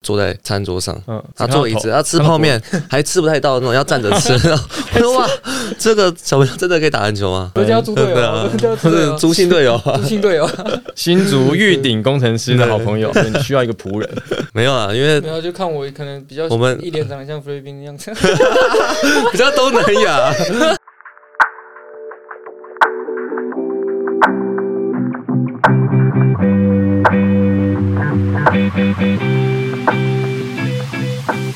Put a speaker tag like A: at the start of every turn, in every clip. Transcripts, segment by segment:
A: 坐在餐桌上，
B: 嗯，
A: 他
B: 只看到
A: 坐椅子，
B: 头
A: 他吃泡面还吃不太到那种，要站着吃。我说哇，这个小朋友真的可以打篮球吗？
C: 都叫猪队
A: 对
C: 友，
A: 啊
C: 都叫猪
A: 不
C: 队
A: 是
C: 友，
A: 朱姓队友啊
C: 朱，姓队友。
B: 新竹玉鼎工程师的好朋友，所以你需要一个仆人。
A: 没有啊，因为
C: 没有，就看我可能比较
A: 我们
C: 一脸长得像菲律宾的样子。
A: 比较东南亚。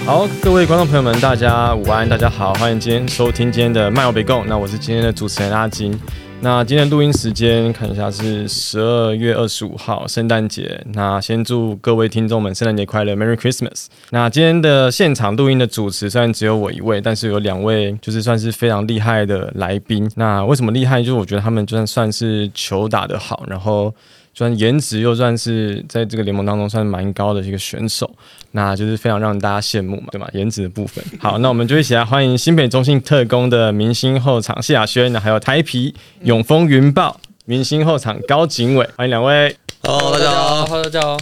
B: 好，各位观众朋友们，大家午安，大家好，欢迎今天收听今天的漫游北贡。那我是今天的主持人阿金。那今天的录音时间看一下是十二月二十五号，圣诞节。那先祝各位听众们圣诞节快乐，Merry Christmas。那今天的现场录音的主持虽然只有我一位，但是有两位就是算是非常厉害的来宾。那为什么厉害？就是我觉得他们就算算是球打得好，然后算颜值又算是在这个联盟当中算蛮高的一个选手。那就是非常让大家羡慕嘛，对吗？颜值的部分。好，那我们就一起来 欢迎新北中信特工的明星后场谢亚轩，还有台皮
C: 嗯
B: 永丰云豹明星后场高景伟，欢迎两位。
A: 哦，大家好，
C: ，Hello，大家好。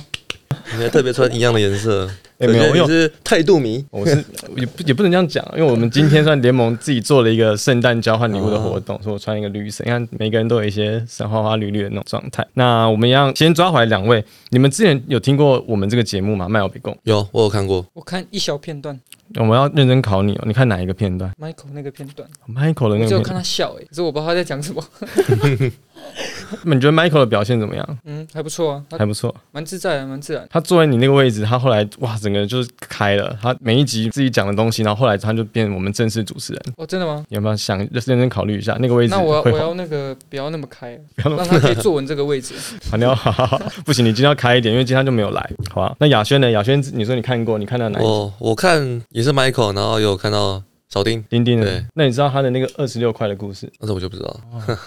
A: 你还特别穿一样的颜色，
B: 哎
A: 我
B: 没有
A: 觉得
B: 因为
A: 你是态度迷。
B: 我是也不也不能这样讲，啊因为我们今天算联盟自己做了一个圣诞交换礼物的活
C: 嗯
B: 动，所以我穿一个绿色，你看每个人都有一些闪花花绿绿的那种状态。那我们一样先抓回来两位，你们之前有听过我们这个节目吗？麦尔北贡，
A: 有，我有看过，
C: 我看一小片段
B: 我们要认真考你哦，你看哪一个片段
C: ，Michael 那个片段，
B: ？Michael 的
C: 我
B: 那
C: 只有
B: 个
C: 看
B: 片
C: 他笑诶、欸，可是我不知道他在讲什么。
B: 段，你觉得 Michael 的表现怎么样？
C: 嗯，还不错啊，他
B: 还不错。
C: 蛮自在的，蛮自然。
B: 他坐在你那个位置，他后来哇，整个就是开了。他每一集自己讲的东西，然后后来他就变我们正式主持人。
C: 哦，真的吗？
B: 你要不要想认真考虑一下那个位置
C: 那我要
B: 会
C: 我
B: 红？
C: 要那个不要那么开，
B: 不要那么
C: 让他可以坐稳这个位置。
B: 好你要 好好好，不行，你今天要开一点，因为今天他就没有来，好啊吧？那雅轩呢？雅轩，你说你看过，你看到哪一集？
A: 我我看也是 Michael，然后有看到小丁，
B: 丁丁的
A: 对。
B: 那你知道他的那个二十六块的故事？
A: 但是我就不知道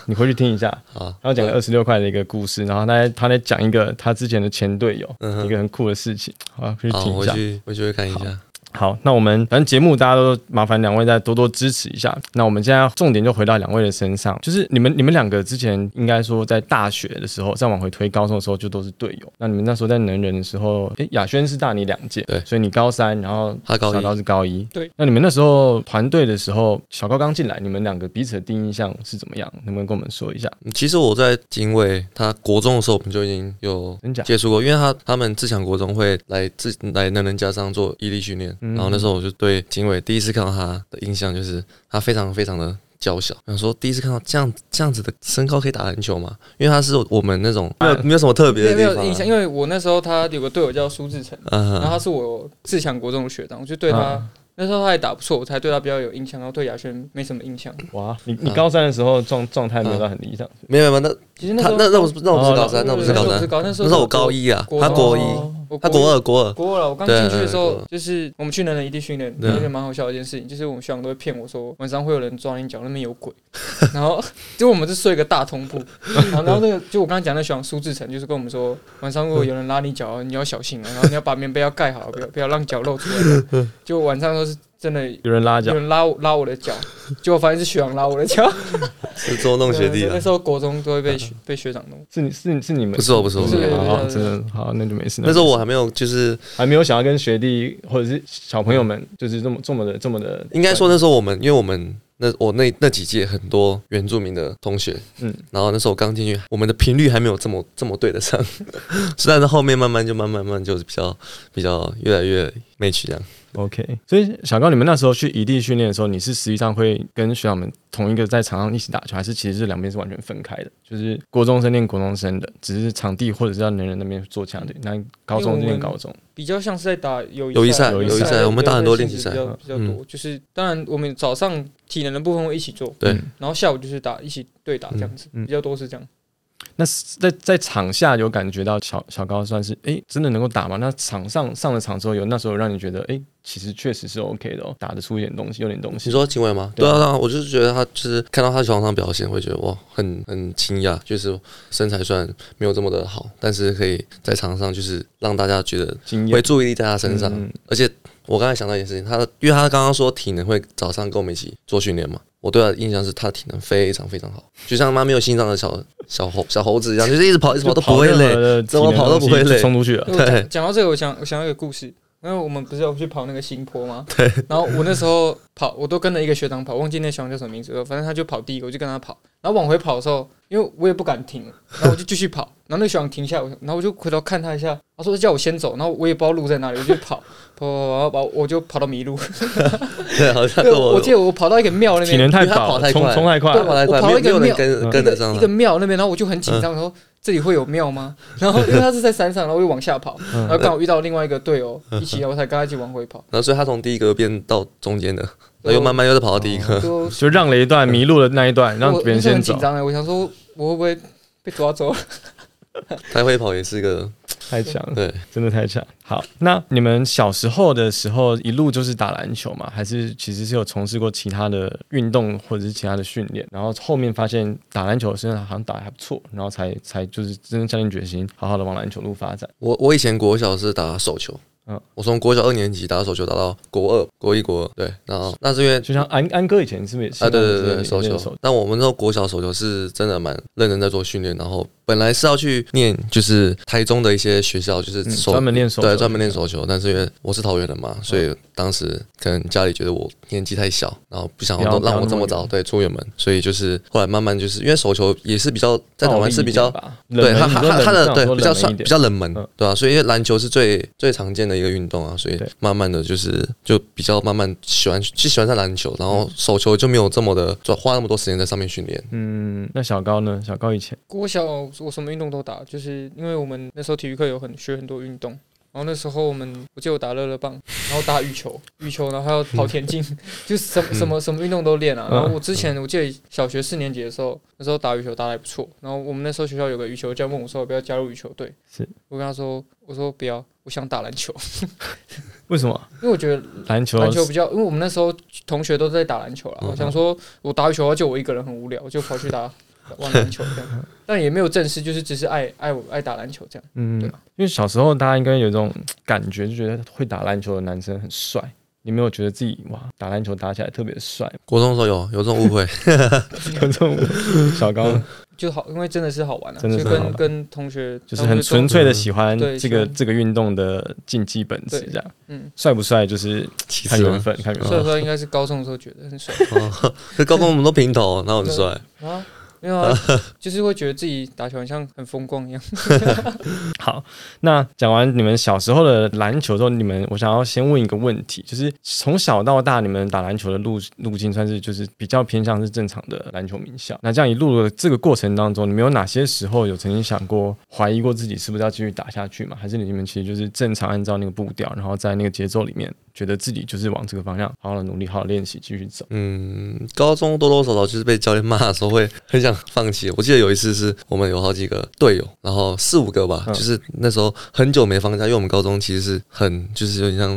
B: 你回去听一下。
A: 啊。
B: 他讲个二十六块的一个故事，然后他在他在讲一个他之前的前队友、
A: 嗯哼
B: 一个很酷的事情，好，可以
A: 好，
B: 听一
A: 我
B: 下。
A: 去我去会看一下。
B: 好，那我们反正节目大家都麻烦两位再多多支持一下。那我们现在重点就回到两位的身上，就是你们你们两个之前应该说在大学的时候，再往回推高中的时候就都是队友。那你们那时候在能人的时候，诶，雅轩是大你两届，
A: 对
B: 所以你高三，然后
A: 他高一
B: 小高是高一，
C: 对。
B: 那你们那时候团队的时候，小高刚进来，你们两个彼此的第一印象是怎么样？能不能跟我们说一下？
A: 其实我在警卫他国中的时候，我们就已经有
B: 真假？
A: 接触过，因为他他们自强国中会来自来能人家上做毅力训练，
B: 嗯
A: 然后那时候我就对警卫第一次看到他的印象就是他非常非常的娇小，想说第一次看到这样这样子的身高可以打篮球吗？因为他是我们那种没有没有什么特别
C: 没
A: 的
C: 有没
A: 地
C: 有印象，
A: 方
C: 因为我那时候他有个队友叫苏志成，
A: 啊，
C: 然后
A: 啊
C: 他是我自强国中的学长，我就对他、
B: 嗯
C: 那时候他也打不错，我才对他比较有印象，然后对亚轩没什么印象。
B: 哇，
A: 嗯
B: 你你高三的时候状状态没有到很理想，
A: 没有没有那
C: 其实那
A: 他
C: 时候
A: 那那我不是那我不是高三，
C: 对
A: 那我不是
C: 对
A: 高
C: 哦那时候
A: 三，
C: 高，那时
A: 那
C: 候
A: 时候我高，一啊，
C: 国
A: 他国一，
B: 哦
C: 我
A: 他国二国二，
C: 国二了，我刚进去
A: 对
C: 的时候
A: 国，
C: 就是我们去能人异地训练，
A: 对啊
C: 有一件蛮好笑的一件事情，就是我们学长都会骗我说晚上会有人抓你脚，那边有鬼，然后就我们就睡一个大通铺，然后然后那个就我刚刚讲的学长苏志成，就是跟我们说晚上如果有人拉你脚，你要小心啊，然后你要把棉被要盖好，不要不要让脚露出来，就晚上都是真的
B: 有人拉
A: 嗯
B: 脚
C: 有。人拉我拉我的脚，结果发现是学长拉我的脚，
A: 是捉弄学弟
C: 对那
A: 啊。
C: 时候国中都会被学被学长弄，
B: 是你是你是你们
A: 不是我不是我
C: 不是
B: 好好
C: 不是
B: 真的好，那就没事。
A: 那时候我还没有，就是
B: 还没有想要跟学弟或者是小朋友们，就是这么这么的这么的，
A: 应该说那时候我们，因为我们那我那那几届很多原住民的同学，
B: 嗯
A: 嗯，然后那时候我刚进去，我们的频率还没有这么这么对得上， 是但是后面慢慢就慢慢慢就是比较比较越来越 match 这样。
B: OK。所以小高，你们那时候去异地训练的时候，你是实际上会跟学长们同一个在场上一起打球，还是其实是两边是完全分开的？就是国中生练国中生的，只是场地或者是到能人那边做强队，那高中就练高中。
C: 比较像是在打友
A: 友
C: 谊
A: 谊赛
B: 友谊
C: 谊
B: 赛
C: 对
A: 我们打很多
C: 对
A: 练习赛嗯
C: 比较比较多，就是当然我们早上体能的部分会一起做，
A: 对
B: 嗯
C: 然后下午就是打一起对打这样子，
B: 嗯嗯
C: 比较多是这样。
B: 那是在在场下有感觉到小小高算是诶真的能够打吗？那场上上了场之后有，那时候有让你觉得诶其实确实是 OK 的哦，打得出一点东西，有点东西
A: 你。说秦伟吗？
B: 对
A: 对
B: 啊
A: 啊，对啊，我就是觉得他就是看到他球场上表现，会觉得哇，很很惊讶，就是身材虽然没有这么的好，但是可以在场上就是让大家觉得
B: 经
A: 会
B: 验
A: 注意力在他身上，
B: 嗯
A: 而且我刚才想到一件事情，他的因为他刚刚说体能会早上跟我们一起做训练嘛，我对他的印象是他体能非常非常好，就像妈没有心脏的小小猴小猴 子一样，就是一直跑一直跑都不会
B: 跑任
A: 累
B: 何。的体
A: 怎么
B: 能
A: 跑都
B: 东西
A: 不会
B: 就
A: 累
B: 冲出去了。
C: 我讲讲到这个，我想我想到一个故事，因为我们不是要去跑那个新 坡吗？对。然后我那时候跑，我都跟着一个学长跑，忘记那学长叫什么名字了，反正他就跑第一个，我就跟他跑。然后往回跑的时候，因为我也不敢停，然后我就继续跑。然后那个学长停下来，我然后我就回头看他一下，他说叫我先走，然后我也不知道路在哪里，我就跑跑跑跑跑，我就跑到迷路。
A: 对，好像
C: 对，
A: 跟我
C: 我记得我跑到一个庙那
B: 呃体
C: 边，
B: 能太
A: 因为他
B: 饱
A: 跑
B: 了，
A: 太
B: 冲
A: 快
B: 冲太快
A: 对
B: 了，
C: 对
A: 跑太
C: 我
A: 快，
C: 跑
A: 没
C: 到
A: 有没有
C: 一个
A: 人
C: 庙嗯
A: 跟跟得上啊
C: 一
A: 他
C: 个。庙那边，然后我就很紧
B: 嗯
C: 张，然后这里会有庙吗？ 然后因为他是在山上，然后我就往下跑，
B: 嗯
C: 然后刚好遇到另外一个队友一起，我才跟他一起往回 跑，
A: 然后所以他从第一个变到中间
C: 嗯
A: 的，然后又慢慢又再跑到第一个。
C: 就
B: 就让了一段迷路的那一段，让
C: 我
B: 别人
C: 那时候
B: 先
C: 很
B: 走
C: 紧，张哎，我想说我会不会被抓走了？
A: 他会跑也是个
B: 太强了，
A: 对，
B: 真的太强。好，那你们小时候的时候一路就是打篮球嘛，还是其实是有从事过其他的运动或者是其他的训练，然后后面发现打篮球的时候好像打得还不错，然后才才就是真正下定决心，好好的往篮球路发展。
A: 我我以前国小是打手球，
B: 嗯
A: 嗯，我从国小二年级打手球打到国二、国一、国二，对，然后那是因为
B: 就像安安哥以前是不是也是
A: 啊，对对
B: 也
A: 对对，
B: 是
A: 手
B: 练
A: 球。但我们那时候国小手球是真的蛮认真在做训练，然后本来是要去念就是台中的一些学校，就是
B: 嗯
A: 手
B: 专门练手球
A: 对，专门练手球。但是因为我是桃园人嘛，所以当时可能家里觉得我年纪太小，然后不想
B: 不要
A: 要
B: 不要
A: 让我
B: 那
A: 这
B: 么
A: 么早对出远门，所以就是后来慢慢就是因为手球也是比较在台
B: 暴力
A: 湾是
B: 一
A: 比
B: 点
A: 较
B: 吧冷
A: 对
B: 门
A: 它
B: 你
A: 它
B: 说冷
A: 它
B: 门
A: 的
B: 上
A: 对比较
B: 说冷
A: 算
B: 门一点
A: 比较冷门
B: 嗯，
A: 对吧、啊所以因为篮球是最最常见的一个运动啊，所以
B: 对
A: 慢慢的就是就比较慢慢喜欢去喜欢上篮球，然后手球就没有这么的就花那么多时间在上面训练。
B: 嗯，那小高呢？小高以前
C: 国小我什么运动都打，就是因为我们那时候体育课有很学很多运动，然后那时候我们我记得我打乐乐棒，然后打羽球， 羽球，然后还有跑田径， 就是什么什么什么运动都练啊。
B: 嗯
C: 然后我之前我记得小学四年级的时候，那时候打羽球打得还不错，然后我们那时候学校有个羽球教练问我说要不要加入羽球队，
B: 是
C: 我跟他说我说不要，我想打篮球，
B: 为什么
C: 因为我觉得
B: 篮球
C: 篮球比较，因为我们那时候同学都在打篮球啦。
A: 哦嗯
C: 我想说，我打羽球的话就我一个人很无聊，就跑去 打玩篮球这样。但也没有正式，就是只是爱爱我爱打篮球这样。
B: 嗯，
C: 对
B: 因
C: 啊
B: 为小时候大家应该有一种嗯感觉，就觉得会打篮球的男生很帅。你没有觉得自己哇打篮球打起来特别帅 吗？
A: 国中的时候有有这种误会，
B: 有这种小高
C: 就好，因为真的是好玩啊，
B: 真的是
C: 就
B: 好
C: 跟
B: 玩
C: 跟同学
B: 就是很纯粹的喜欢
C: 对
B: 这个
C: 喜欢
B: 这个运动的竞技本质
C: 对，
B: 这样
C: 嗯，
B: 帅不帅就是
A: 其
B: 看
A: 实
B: 缘
A: 啊
B: 分，看缘
C: 所以
B: 分。
C: 说应该是高中的时候觉得 很爽
A: 哦，可高中我们都哎平头，然后很帅，
B: 嗯
C: 啊。没有啊，就是会觉得自己打球很像很风光一样。
B: 好，那讲完你们小时候的篮球之后，你们我想要先问一个问题，就是从小到大你们打篮球的路路径算是就是比较偏向是正常的篮球名校。那这样一路的这个过程当中，你们有哪些时候有曾经想过怀疑过自己是不是要继续打下去吗？还是你们其实就是正常按照那个步调，然后在那个节奏里面，觉得自己就是往这个方向好好的努力，好好地练习，继续走。
A: 嗯，高中多多少少就是被教练骂的时候会很想放弃。我记得有一次是我们有好几个队友，然后四五个吧，
B: 嗯
A: 就是那时候很久没放假，因为我们高中其实是很就是有点像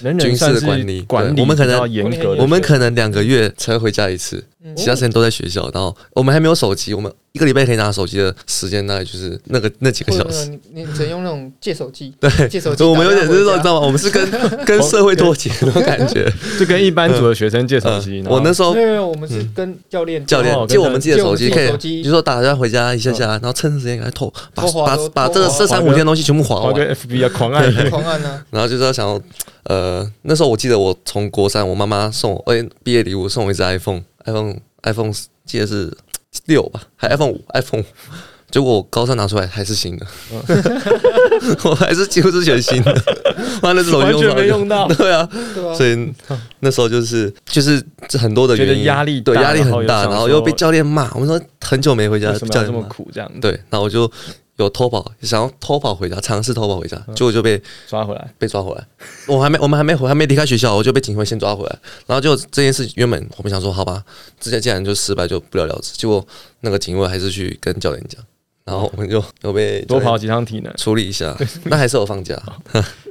B: 人
A: 军
B: 人
A: 事
B: 算是
A: 管理
B: 管理，
A: 对我们可能
B: 要严格的，
A: 我们可能两个月才回家一次，
C: 嗯
A: 其他时间都在学校。然后我们还没有手机，我们一个礼拜可以拿手机的时间大概就是那个那几个
C: 或
A: 小
C: 者
A: 时。
C: 你你只能用那种借手机，
A: 对
C: 借手
A: 所以
C: 机打
A: 我
C: 电
A: 们
C: 话
A: 有
C: 回家。
A: 点就是说，你知道吗？我们是跟跟社会脱节那种感 觉。
B: 就跟一般组的学生借哦手
A: 嗯
B: 机。然后
A: 我那时候
C: 没有没有，我们是跟教练
A: 嗯教
B: 哦
A: 练借我们自己的手机，
C: 借我
A: 可
C: 们自己
A: 以
C: 的手机
A: 你就说打算回家一下下，然后趁着时间给他偷把
C: 多滑
A: 把
C: 多
A: 把这
C: 多
A: 个
C: 滑
A: 这三五天的东西全部划
B: 跑
A: 完。
B: 个 FB 啊，狂按。
C: 狂按啊，
A: 然后就是要想要，呃，那时候我记得我从国三，我妈妈送我，哎、毕业礼物送我一只 iPhone，iPhone iPhone 记得是六吧，还 iPhone 五 iPhone 五，结果我高三拿出来还是新的， 我还是几乎是全新的，妈那只手机
B: 完
A: 用
B: 全
A: 上
B: 没用到，
A: 对啊，
C: 对啊
A: 所，以那时候就是就是这很多的
B: 觉
A: 原
B: 得
A: 因，
B: 压力
A: 对
B: 大
A: 压力
B: 然后
A: 很
B: 又
A: 大，
B: 想
A: 然后
B: 说
A: 又被教练骂，我们说很久没回家，
B: 为什
A: 被
B: 么
A: 教
B: 要
A: 练
B: 这么
A: 骂
B: 苦这样？
A: 对，然后我就有偷跑，想要偷跑回家，尝试偷跑回家，
B: 嗯
A: 结果就被
B: 抓回来，
A: 被抓回来，我还没我们还没我还没离开学校，我就被警卫先抓回来。然后就这件事，原本我们想说，好吧，这下既然就失败，就不了了之。结果那个警卫还是去跟教练讲，然后我们就有被
B: 多
A: 教
B: 跑
A: 练
B: 几趟体能，
A: 处理一下。那还是有放假，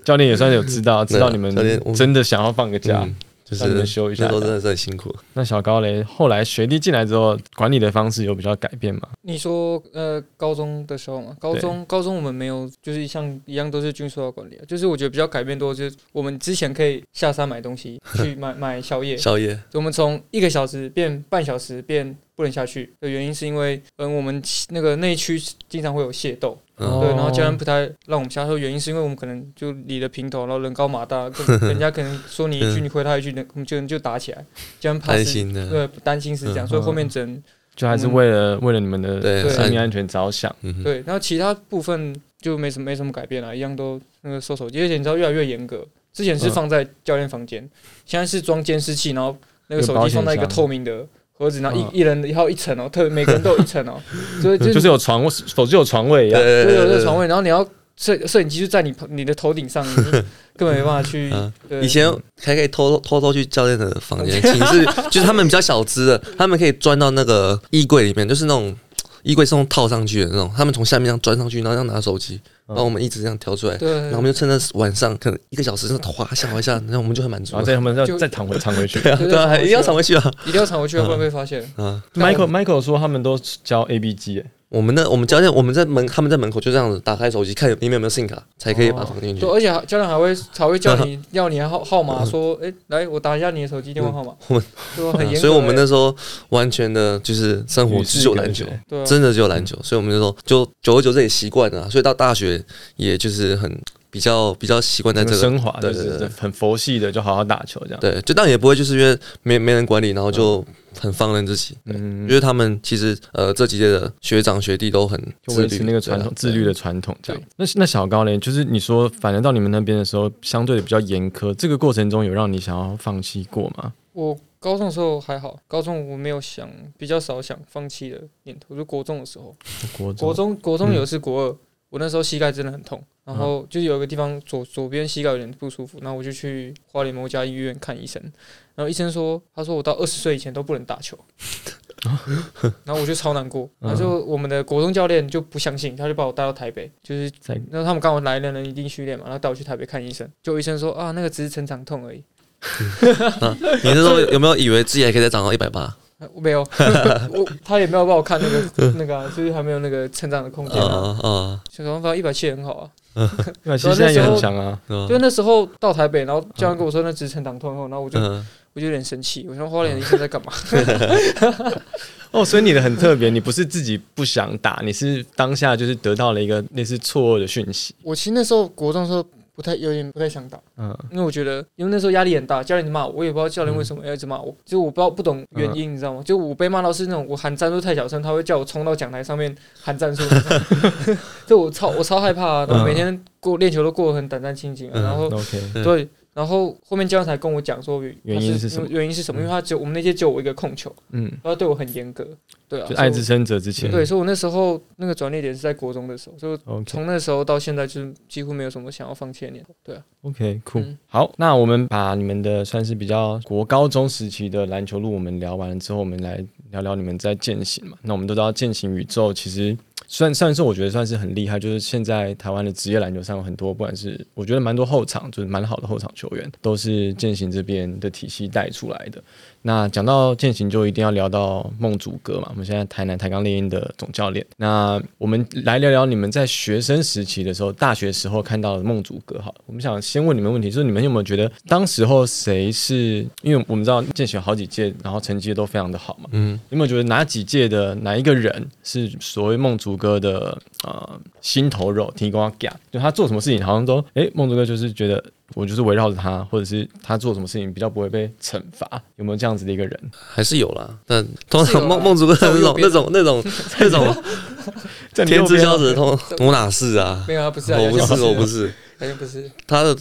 B: 教练也算是有知道，知道你们
A: 啊教练我
B: 真的想要放个假
A: 嗯。就
B: 让你
A: 是
B: 们休一下
A: 那时候真的是很辛苦。
B: 那小高嘞，后来学弟进来之后，管理的方式有比较改变吗？
C: 你说呃，高中的时候嘛，高中高中我们没有，就是像一样都是军事化管理啊，就是我觉得比较改变多，就是我们之前可以下山买东西，去买 买宵夜，
A: 宵夜，
C: 我们从一个小时变半呃小时变不能下去的原因是因为，嗯，我们那个内区经常会有械斗，
A: 嗯
C: 对，然后教练不太让我们下车，原因是因为我们可能就理了平头，然后人高马 大，跟人家可能说你一句，你回他一句，人我们就就打起来，教练怕
A: 担
C: 是，
A: 心嗯的，
C: 对，担心是这样，所以后面只能
B: 就还是为了为了你们的
A: 嗯对
C: 对
B: 生命
A: 安
B: 安全着想。
A: 嗯哼
C: 对，然后其他部分就没什么没什么改变了，一样都那个收手机，而且你知道越来越严格，之前是
B: 嗯
C: 放在教练房间，现在是装监视器，然后那个
B: 有
C: 手
B: 保
C: 机
B: 险
C: 放在一
B: 箱
C: 个透明的盒子，然后一、
B: 嗯
C: 一人还有一层哦、特每个人都有一层哦、所以就
B: 就是有床位，手机有床位一样。
A: 对
C: 对有这个
A: 对
C: 床位，然后你要摄摄影机就在你你的头顶上，你就根本没办法去
A: 嗯。
C: 对
A: 以前还可以偷偷偷偷去教练的房 间，寝室就是他们比较小资的，他们可以钻到那个衣柜里面，就是那种衣柜是用套上去的那种，他们从下面这样钻上去，然后这样拿手机，然后我们一直这样挑出来，
C: 对，
A: 然后我们就趁着晚上可能一个小时，就滑下滑下，然后我们就很满足
B: 然后
A: 了。
B: 再他们要
C: 就
B: 再 躺回躺回去。
A: 对啊，对啊，还一定要藏回去啊！
C: 一定要藏回去，要不然被发现。
A: 啊，
B: Michael Michael 说他们都教 A B G，欸
A: 我们那我们教练我们在门他们在门口就这样子打开手机看里面有没有 SIM 卡，才可以把它放进去
C: 对，。而且还教练还会还会叫你要你的号号码，说，哎，来，我打一下你的手机电话号码。
A: 我们
C: 对啊，很严格欸。
A: 所以我们那时候完全的就是生活
B: 与
A: 只
B: 世
A: 有
B: 隔
A: 篮球，
B: 绝
C: 对啊
A: 真的只有篮球，所以我们就说，就久而久之也习惯了啊，所以到大学也就是很比较比较习惯在
B: 整个
A: 这个，
B: 升华
A: 对
B: 就
A: 对
B: 是
A: 对
B: 很佛系的，就好好打球这样。
A: 对，就但也不会就是因为没没人管理，然后就很放任自己。因
B: 嗯，
A: 为他们其实呃这几届的学长学弟都很
B: 就
A: 自律
B: 维持那个传统自律，
A: 对啊
B: 的传统这样
C: 对。
B: 那那小高嘞，就是你说反正到你们那边的时候，相对的比较严苛，这个过程中有让你想要放弃过吗？
C: 我高中的时候还好，高中我没有想比较少想放弃的念头，就国中的时候，
B: 国
C: 国
B: 中嗯
C: 中国中有一次国二，我那时候膝盖真的很痛，然
B: 啊
C: 后就有一个地方左左边膝盖有点不舒服，然后我就去花莲某家医院看医生，然后医生说，他说我到二十岁以前都不能打 球，然后我就超难过，
B: 啊
C: 然后就我们的国中教练就不相信，他就把我带到台北，就是
B: 在
C: 那他们刚好来了人一定训练嘛，然后带我去台北看医生，就医生说啊那个只是成长痛而已，
A: 你那时候有没有以为自己还可以再长到一百八？
C: 呃 我没有，我他也没有帮我看那个那个、啊，就是还没有那个成长的空间、啊。
A: 啊啊
C: 小黄发一百七很好啊，
B: 那其实现在也很强啊，
A: 啊
C: 就！那时候到台北，然后教练跟我说那只是成长痛后，然后我就、
A: 嗯，
C: 我就有点生气，我想花莲的医生在干嘛？
B: 哦，所以你的很特别，你不是自己不想打，你是当下就是得到了一个类似错愕的讯息。
C: 我其实那时候国中的时候不太有点不太想打，
B: 嗯，
C: 因为我觉得因为那时候压力很大，教练一直骂我，我也不知道教练为什么要一直骂我，就我不知道不懂原因，你知道吗？就我被骂到是那种我喊战术太小声，他会叫我冲到讲台上面 喊战术，就我超我超害怕、啊，然后每天过练球都过得很胆战心惊啊、
A: 嗯
C: 然后
B: OK，
A: 对
C: 对，然后后面教练才跟我讲说原
B: 原因是什么
C: 原因是什么？因为他只有我们那届只有我一个控球，
B: 嗯，
C: 他对我很严格，对啊，
B: 就爱之
C: 所
B: 深责之
C: 以
B: 切。
C: 我对，所以我那时候那个转捩点是在国中的时候，所以我
B: OK
C: 从那时候到现在就是几乎没有什么想要放弃的念头，对啊，
B: OK，酷、
C: 嗯
B: 好，那我们把你们的算是比较国高中时期的篮球路我们聊完了之后，我们来聊聊你们在践行嘛。那我们都知道践行宇宙其实算算是我觉得算是很厉害，就是现在台湾的职业篮球上有很多，不管是我觉得蛮多后场，就是蛮好的后场球员，都是践行这边的体系带出来的。那讲到践行，就一定要聊到孟祖哥嘛，我们现在台南台钢猎鹰的总教练。那我们来聊聊你们在学生时期的时候，大学时候看到的孟祖哥好了。我们想先问你们问题，就是你们有没有觉得当时候谁是因为我们知道践行有好几届，然后成绩都非常的好嘛，
A: 嗯，
B: 有没有觉得哪几届的哪一个人是所谓孟竹哥的呃心头肉，提供他 g 就他做什么事情好像都诶，孟竹哥就是觉得我就是围绕着他，或者是他做什么事情比较不会被惩罚，有没有这样子的一个人？
A: 还是有啦。但通
C: 是有
A: 常
C: 啦
A: 孟孟子哥
C: 在我
A: 那种
C: 右边
A: 那种那种那种
B: 在你
A: 天之
B: 右边
A: 骄子，通我哪是啊？
C: 没有啊，不是啊，
A: 我不
C: 杨健
A: 是，我不
C: 啊，
A: 是。
C: 好像不是，
A: 他的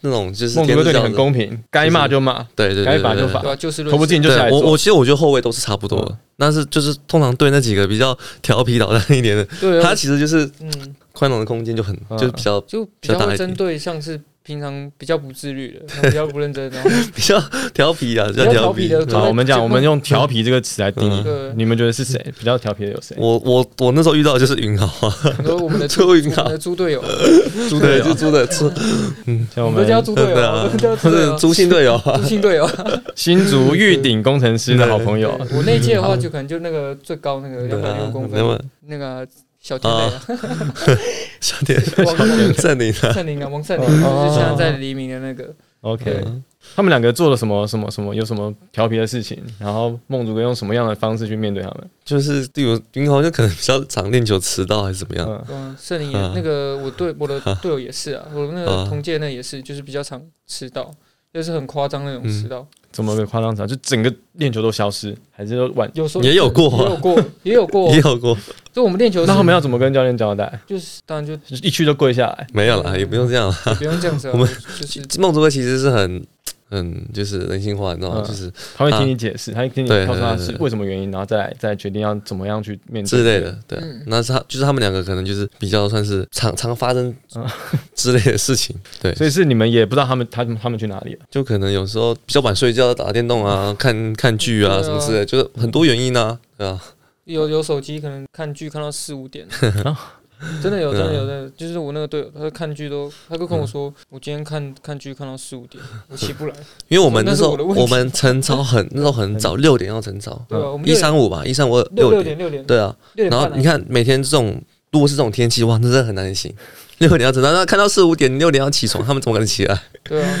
A: 那种就是
B: 孟竹
A: 天
B: 哥
A: 之
B: 对你
A: 骄
B: 很
A: 子，
B: 公平，该骂就骂，
A: 对对对，
B: 该罚就
A: 对对
B: 罚
C: 对啊，就事论
B: 投不
C: 事，
B: 进就下来
A: 对我
B: 做嗯
A: 我其实我觉得后卫都是差不多的，但是就是通常对那几个比较调皮捣蛋一点的，
C: 对啊
A: 他，其实就是
C: 嗯，
A: 宽容的空间就很
B: 嗯
A: 就是比较
C: 就比
A: 比较
C: 较
A: 大
C: 会
A: 一点
C: 针对像是平常比较不自律的，然后比较不认真，然后
A: 比较调皮啊，比
C: 比较
A: 调
C: 调皮的
B: 好，我们讲，
C: 就
B: 我们用调皮这个词来定义，
C: 对
B: 你们觉得是谁比较调皮的？有谁？
A: 我我我那时候遇到的就是云豪啊，
C: 很多我们的
A: 朱云
C: 我
A: 豪
C: 们的，猪队友，
B: 猪队
A: 对，
B: 友
A: 就，猪的猪，
B: 像
C: 我
B: 我
C: 们都叫
B: 们
C: 猪队友
A: 对
C: 啊，我
A: 啊
C: 们都叫，
A: 不
C: 猪队友
A: 是
C: 啊，
A: 朱姓队友啊，
C: 猪性队友。
B: 新竹玉鼎工程师的好朋友，
C: 对我那一届的话，就可能就那个最高那个
A: 对
C: 两百
A: 啊
C: 六十公，
A: 那么
C: 分，那个小天磊啊，
A: 小点
C: 王
A: 占领啊，
C: 啊
B: 哦
C: 善林啊，王善林，就是现在在黎明的那个，
B: OK，
A: 嗯
B: 他们两个做了什么什么什么，有什么调皮的事情？然后梦竹哥用什么样的方式去面对他们？
A: 就是例如云豪就可能比较常练球迟到还是怎么样，
B: 嗯，
C: 嗯，圣灵
A: 啊
C: 也那个 我队我的队友也是啊，我那
A: 啊
C: 个同届那也是，就是比较常迟到，就是很夸张那种迟
A: 嗯
C: 到，
B: 怎么个夸张法？就整个练球都消失，还是说晚？
C: 有时候
A: 也有过啊
C: 也有过，也有
B: 嗯
C: 过
A: 也，有过
C: 就我们练球
B: 那他
C: 是
B: 们要怎么跟教练交代？
C: 就是当然就
B: 就是一去就跪下来。
A: 没有啦，也不用这样啦。
C: 不用这样子啊，
A: 我们
C: 就是
A: 梦竹哥其实是很很就是人性化，你知道吗？
B: 嗯
A: 就是
B: 他会听你解释，他会听你
A: 对
B: 告诉他
A: 对
B: 是
A: 对
B: 为什么原因，然后再来再决定要怎么样去面对
A: 之类的，对啊
C: 嗯。
A: 那是他就是他们两个可能就是比较算是常常发生
B: 嗯
C: 啊
A: 之类的事情，对，
B: 所以是你们也不知道他们他们他们去哪里了。
A: 就可能有时候比较晚睡觉，打电动啊、看看剧
C: 对
A: 啊
C: 啊
A: 什么之类的，就是很多原因啊，对啊，
C: 有有手机可能看剧看到四 五点
A: 哦
B: 啊。
C: 真的有，
A: 对
C: 真
A: 啊
C: 的有，真的有就是我那个队友，他看剧都，他就跟
A: 嗯
C: 我说，我今天看看剧看到四五 点，我起不来，
A: 因为我们
C: 那
A: 那时
C: 是
A: 候
C: 我的问题
A: 我们晨操很那时候很早，六点要晨操，
C: 对吧？我们
A: 一
C: 六点
A: 三五吧，一三五
C: 六
A: 六
C: 点
A: 点，
C: 六点
A: 对啊。
C: 六点
A: 然
C: 半
A: 后
C: 啊，
A: 你看每天这种如果是这种天气，哇，那真的很难行。六点要晨操，那看到四五点，六点要起床，他们怎么可能起 来？
C: 对啊，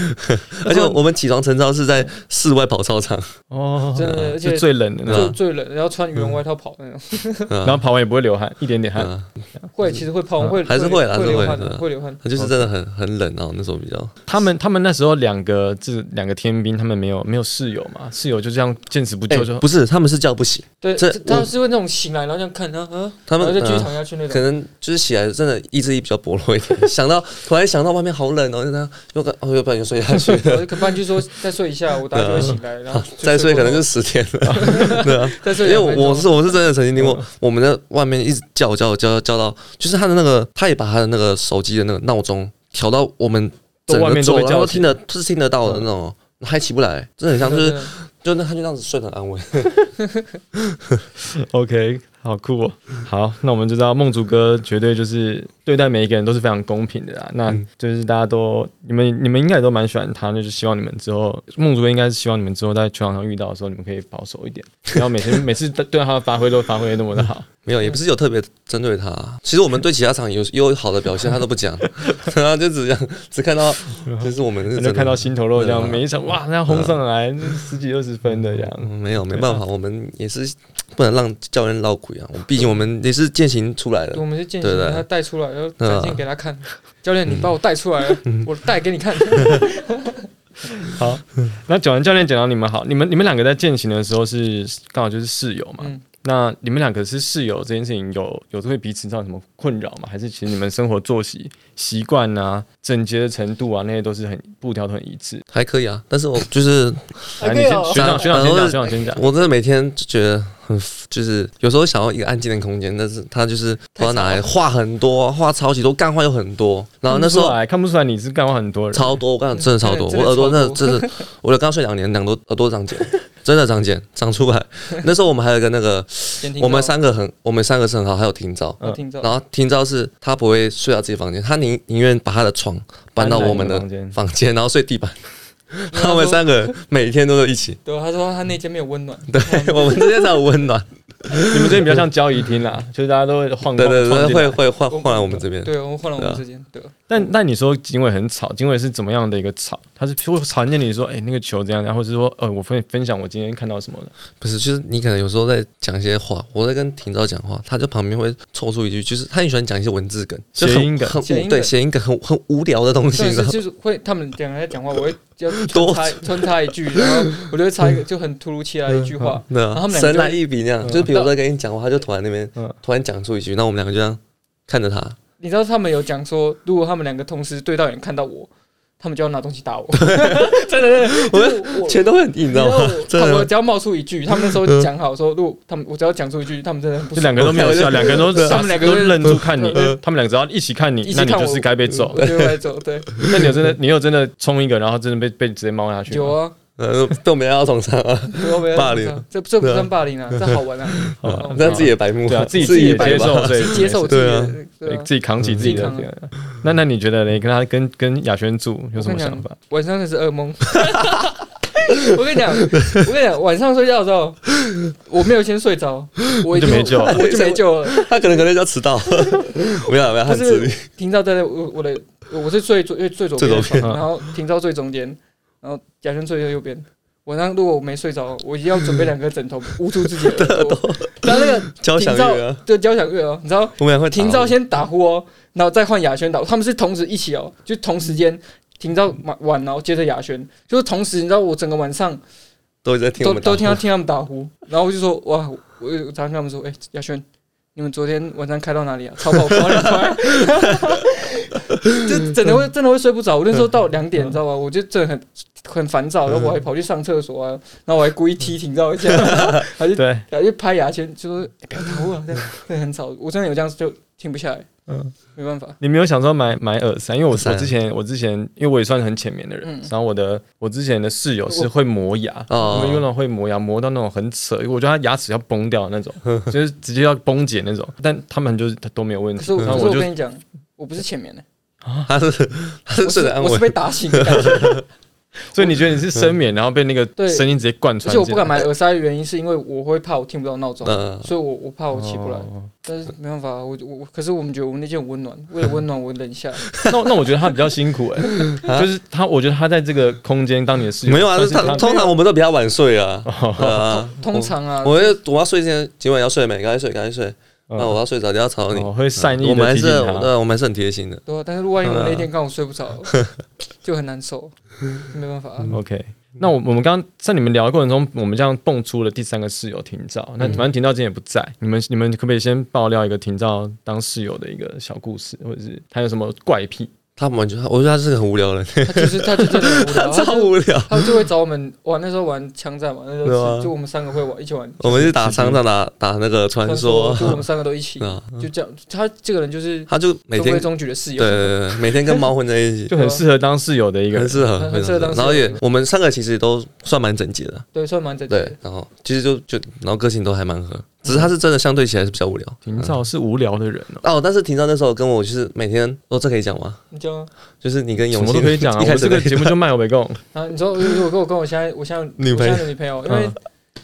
A: 而且我们起床晨操是在室外跑操场，
B: 哦，
C: 真的，而且
B: 就最冷的那
A: 对
B: 种，
C: 就最冷，然后穿羽绒外套跑那种，
A: 然
B: 然后跑完也不会流汗，一点点汗。
A: 嗯啊
C: 会其实会跑，会
A: 还是会
C: 会
A: 啦
C: 会
A: 还是
C: 流
A: 会
C: 汗的
A: 对啊
C: 会流汗。
A: 他就是真的很很冷啊，那时候比较
B: 他们他们那时候两个这两个天兵，他们没有没有室友嘛，室友就这样见死不救，就
A: 哎不是他们是叫不醒，
C: 对，
A: 这嗯
C: 这他是会那种醒来，然后这样看，然后嗯，
A: 他们
C: 然后就继续
A: 嗯
C: 躺下去那
A: 可
C: 种。
A: 能就是起来真的意志力比较薄弱一点，想到突然想到外面好冷哦，就这样又感哦又不小心睡下去
C: 然后可不然就说再睡一下，我等下就会醒来，然后就
A: 嗯再睡可能
C: 过
A: 就十天了，对啊，
C: 头再
A: 因
C: 睡
A: 为
C: 两分钟。
A: 我是我是真的曾经听过，我们在外面一直叫叫叫叫到，就是他的那个他也把他的那个手机的那个闹钟调到我们整
B: 都外
A: 个
B: 面都
A: 走
B: 被
A: 廊
B: 叫
A: 都
B: 起
A: 听得是听得到的那种哦，还起不来，真的很像就
C: 对
A: 是
C: 对对
A: 就那他就这样子睡得很安稳，
B: OK，好酷哦。好，那我们就知道梦竹哥绝对就是对待每一个人都是非常公平的啦。那
A: 嗯
B: 就是大家都你们你们应该也都蛮喜欢他，那就是希望你们之后梦竹哥应该是希望你们之后在球场上遇到的时候，你们可以保守 一点，然后每天每次对他的发挥都发挥得那么的好。
A: 没有也不是有特别针对他，其实我们对其他场有有好的表现他都不 讲， 他就只讲只看到就是我们是 真
B: 就
A: 的
B: 看到心头肉这 样，
A: 对啊啊
B: 每一场哇，那 样轰上来十几二十分的这样。啊
A: 嗯没有没办法，我们也是不能让教练闹鬼啊，我们毕竟我们也是践行出来的
C: 对，我们是践
A: 对嗯
C: 行，
A: 对
C: 把他带出来，然后展现给他看。教练，你把我带出来了，
A: 嗯
C: 我带给 你看。
B: 好，那讲完教练讲到你们好，你们你们两个在践行的时候是刚好就是室友嘛？
C: 嗯
B: 那你们两个是室友这件事情有有会彼此造成什么困扰吗？还是其实你们生活作息习惯啊、整洁的程度啊，那些都是很步调都很一致？
A: 还可以啊，但是我就是
B: 来，你先学长学长先讲，学长先讲。
A: 我真的每天就觉得很，就是有时候想要一个安静的空间，但是他就是不知道哪来话很多，话超级多，干话又很多。然后那时
B: 看不出
A: 候
B: 来看不出来你是干过很多人，
A: 超多，我跟你讲真的超多，
C: 真的
A: 我耳朵
C: 真
A: 真
C: 的
A: 的真的，我刚睡两年，两朵耳朵长茧，真的长茧长出来。那时候我们还有一个那个，
C: 监听
A: 我们
C: 到
A: 三个很，我们三个是很好，还有婷昭。
C: 我听到
A: 然后婷昭是他不会睡到自己房间，他宁宁愿把他的床搬到我们
B: 搬来
A: 的
B: 你间。
A: 房间，然后睡地板。他
C: 说
A: 们三个每天都在一起，
C: 对，他说他那间没有温暖，
A: 对我们之间才有温暖。
B: 你们这边比较像交谊厅啦，就是大家都会晃晃
A: 对对
B: 晃
A: 对，
B: 进来
A: 会会换换来我们这边。
C: 对，我们换了我
A: 对
C: 们
A: 啊
C: 之间，对，
B: 但但你说警卫很吵，警卫是怎么样的一个吵？他是会传见你说，哎、那个球怎样，然后或是说，呃，我分分享我今天看到什么的。
A: 不是，就是你可能有时候在讲一些话，我在跟廷昭讲话，他就旁边会凑出一句，就是他很喜欢讲一些文字梗，就很
B: 谐音梗
A: 很
C: 谐音
A: 无
C: 梗
A: 对谐音梗很很无聊的东西，
C: 算
A: 你知
C: 是
A: 道吗？
C: 就是会他们两个在讲话，我会要
A: 多嗯
C: 穿插穿插一句，然后我就会插一个就很突如其来的一句话，
A: 对
C: 然
A: 啊
C: 后他，们两个
A: 神
C: 就
A: 来一笔那样，
B: 嗯
A: 就是比如说跟你讲话，他就突然那边
B: 嗯
A: 突然讲出一句，那我们两个就这样看着他，
C: 你知道他们有讲说，如果他们两个同时对到眼看到我，他们就要拿东 西打我，真的，真的就是我
A: 钱都很硬，你知道吗
C: 然后 我？
A: 真
C: 他们
A: 的，嗯
C: 只要冒出一句，他们那时候讲好说，如果他们我只要讲出一句，他们真的很不
B: 就两
C: 爽
B: 个都没有笑，两个人都
C: 对
B: 傻
C: 他们两个
B: 都
C: 都是
B: 愣住看你
C: 对，
B: 他们两个只要一起看你
C: 一，起
B: 那
C: 看
B: 你
C: 我
B: 就是该被揍。
C: 我就会走。对，
B: 那你有真的，你有真的冲一个，然后真的被被直接猫 下去吗？
C: 有啊，
A: 呃，都没到床上啊，
C: 我没有
A: 霸凌，
C: 这这不算霸 凌啊，这好玩啊，
B: 好吧
A: 这样自己也白目
B: 对啊，，自己
A: 自
B: 自己也
A: 白
B: 接
A: 目
B: 受，所以
C: 接受自己
A: 对啊
C: 的对
B: 对
C: 啊。
B: 自己扛起自己的
C: 自己。
B: 那那你觉得你跟他跟跟雅轩住有什么想法？
C: 晚上那是噩梦。 我跟你讲，我跟你讲，晚上睡觉的时候，我没有先睡着，我已经
B: 就没救了
C: 我就没救了。
A: 他可能可能要迟到， 没有没有，他
C: 就
A: 很自律
C: 是，听到在我我的我是最左最左边的
A: 最左
C: 床，
B: 边
C: 然后听到最中间，然后亚轩睡在右边。晚上如果我没睡着，我一定要准备两个枕头捂住自己的 耳朵。
B: 啊
C: 然后那个
A: 交响乐啊，
C: 对交响乐哦，你知道
A: 我们俩会打
C: 廷
A: 哦
C: 照先打呼哦，然后再换雅轩打呼，他们是同时一起哦，就同时间廷照晚晚，然后接着雅轩，就是同时，你知道我整个晚上
A: 都一直在听我
C: 都
A: 们
C: 都听
A: 打
C: 到
A: 呼
C: 听他们打呼，然后我就说哇，我我常常跟他们说，哎、雅轩，你们昨天晚上开到哪里啊？超爆发两块， 就真的
A: 嗯
C: 会真的会睡不着。我那时候到两点，你知道吗？我就真的很很烦躁，然后
A: 嗯
C: 我还跑去上厕所啊，然后我还故意踢廷照一下，还是
B: 对，
C: 然后就拍牙签，就说、欸、不要打呼啊，这样 会很吵。我真的有这样子就停不下来，
B: 嗯
C: 嗯，没办法，
B: 你没有想说买买耳塞，因为我我
A: 塞
B: 之前我之前因为我也算很浅眠的人，
C: 嗯
B: 然后我的我之前的室友是会磨牙，
A: 哦
B: 因为那种会磨牙磨到那种很扯，我觉得他牙齿要崩掉的那种，就是直接要崩解那种，但他们就是都没有问
C: 可
B: 题
C: 是，我
B: 然后
C: 可是
B: 我
C: 我
B: 就
C: 跟你讲，我不是 浅眠的，
A: 他是他
C: 我
A: 是睡
C: 是
A: 得安
C: 我是
A: 稳，
C: 被打醒的感觉。
B: 所以你觉得你是深眠，然后被那个
C: 对
B: 声音直接贯
C: 而
B: 穿进
C: 且
B: 来，
C: 我不敢买耳塞的原因是因为我会怕我听不到闹钟，
A: 嗯
C: 所以我我怕我起不来。
B: 哦
C: 但是没办法啊，我我我可是我们觉得我们那件很温暖，为了温暖我忍下 来。
B: 那那我觉得他比较辛苦哎、就是他，我觉得他在这个空间当你的室友，
A: 没有啊，
B: 算是
A: 他通常我们都比较晚睡 啊，对
B: 哦
A: 啊，
C: 通常啊，
A: 我要我要睡之前，今晚要睡没？赶快睡，赶快睡。
B: 嗯
A: 那我要睡着，你要吵你。
B: 哦会善意
A: 我们
B: 的
A: 还
B: 提
A: 是
B: 醒他，
A: 对，我们还是很贴心的。
C: 对啊，但是如果万一
A: 嗯
C: 我那天刚好睡不着， 就很难受，没办法啊。
A: 嗯
B: OK，那我我们刚刚在你们聊的过程中，我们这样蹦出了第三个室友廷照。那
C: 嗯
B: 反正廷照今天也不在，你们你们可不可以先爆料一个廷照当室友的一个小故事，或者是他有什么怪癖？
A: 他完全，我觉得他是个很无 聊的人，
C: 他就是他就真的很 无聊，他
A: 超
C: 就
A: 无聊。
C: 他就会找我们玩，那时候玩枪战嘛，那时
A: 对
C: 候
A: 啊
C: 是就我们三个会玩一起玩。
A: 我们是打商战， 打打那个传说，
C: 就我们三个都一起，
A: 啊，
C: 就这样。他这个人就是
A: 他就每天
C: 中规
A: 对
C: 中矩的室友，
A: 对对，对每天跟猫混在一起，
B: 就很适合当室友的一个
A: 很
B: 人。
A: 适 合，
C: 很适合当
A: 然后
C: 室友
A: 也我们三个其实都算蛮整洁的，
C: 对，算蛮整齐的
A: 对。。然后其实就就然后个性都还蛮合，只是他是真的相对起来是比较无聊。
B: 廷照是无聊的人哦，
A: 哦，但是庭照那时候跟我就是每天哦，这可以讲吗？
C: 你讲啊
A: 就是你跟
B: 什
A: 永
B: 么
A: 信
B: 都可以讲啊。
A: 一
B: 我
A: 开
B: 们
A: 始
B: 这
A: 的
B: 个节目就卖我北贡，
C: 啊，你说如果跟我跟我现在我现在
A: 女
C: 我
A: 朋
C: 现
A: 友
C: 在的女朋友，因为
B: 嗯